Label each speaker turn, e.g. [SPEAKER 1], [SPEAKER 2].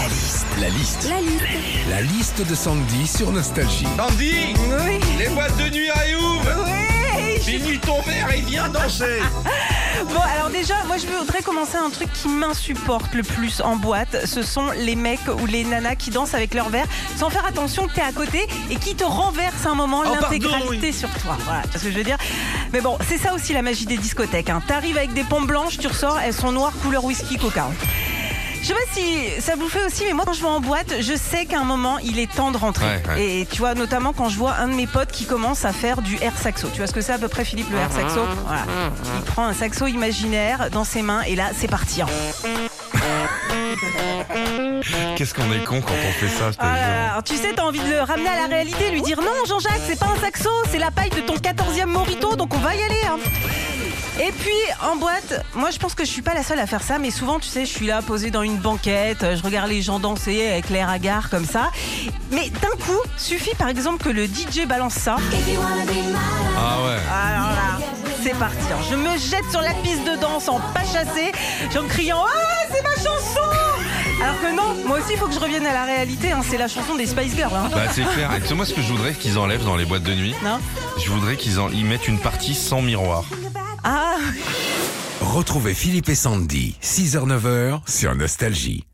[SPEAKER 1] La liste.
[SPEAKER 2] La liste.
[SPEAKER 1] La liste de Sandy sur Nostalgie.
[SPEAKER 3] Sandy
[SPEAKER 2] Oui.
[SPEAKER 3] Les boîtes de nuit à Youm
[SPEAKER 2] Oui.
[SPEAKER 3] Finis ton verre et viens danser
[SPEAKER 2] Bon, alors déjà, moi je voudrais commencer un truc qui m'insupporte le plus en boîte. Ce sont les mecs ou les nanas qui dansent avec leur verre sans faire attention que t'es à côté et qui te renversent un moment
[SPEAKER 3] pardon,
[SPEAKER 2] l'intégralité sur toi. Voilà, tu vois ce que je veux dire. Mais bon, c'est ça aussi la magie des discothèques. hein. T'arrives avec des pompes blanches, tu ressors, elles sont noires couleur whisky coca. hein. Je sais pas si ça vous fait aussi, mais moi quand je vais en boîte, je sais qu'à un moment il est temps de rentrer.
[SPEAKER 3] Ouais, ouais.
[SPEAKER 2] Et tu vois, notamment quand je vois un de mes potes qui commence à faire du air saxo. Tu vois ce que c'est à peu près Philippe le air saxo
[SPEAKER 3] Ah,
[SPEAKER 2] Voilà. Il prend un saxo imaginaire dans ses mains et là c'est parti. hein.
[SPEAKER 3] Qu'est-ce qu'on est con quand on fait ça, je te
[SPEAKER 2] Ah là là. Alors, tu sais, t'as envie de le ramener à la réalité, lui dire non Jean-Jacques, c'est pas un saxo, c'est la paille de ton 14e morito, donc on va y aller. hein. Et puis en boîte, moi je pense que je suis pas la seule à faire ça, mais souvent tu sais, je suis là posée dans une banquette, euh, je regarde les gens danser avec l'air hagard comme ça. Mais d'un coup, suffit par exemple que le DJ balance ça.
[SPEAKER 3] Ah ouais
[SPEAKER 2] Alors là, c'est parti. hein. Je me jette sur la piste de danse en pas chassé, en criant Ah, c'est ma chanson Alors que non, moi aussi il faut que je revienne à la réalité, hein, c'est la chanson des Spice Girls. hein.
[SPEAKER 3] Bah c'est clair, et tu sais, moi ce que je voudrais qu'ils enlèvent dans les boîtes de nuit,
[SPEAKER 2] Non
[SPEAKER 3] je voudrais qu'ils en... ils mettent une partie sans miroir.
[SPEAKER 2] Ah
[SPEAKER 1] Retrouvez Philippe et Sandy, 6h-9h sur Nostalgie.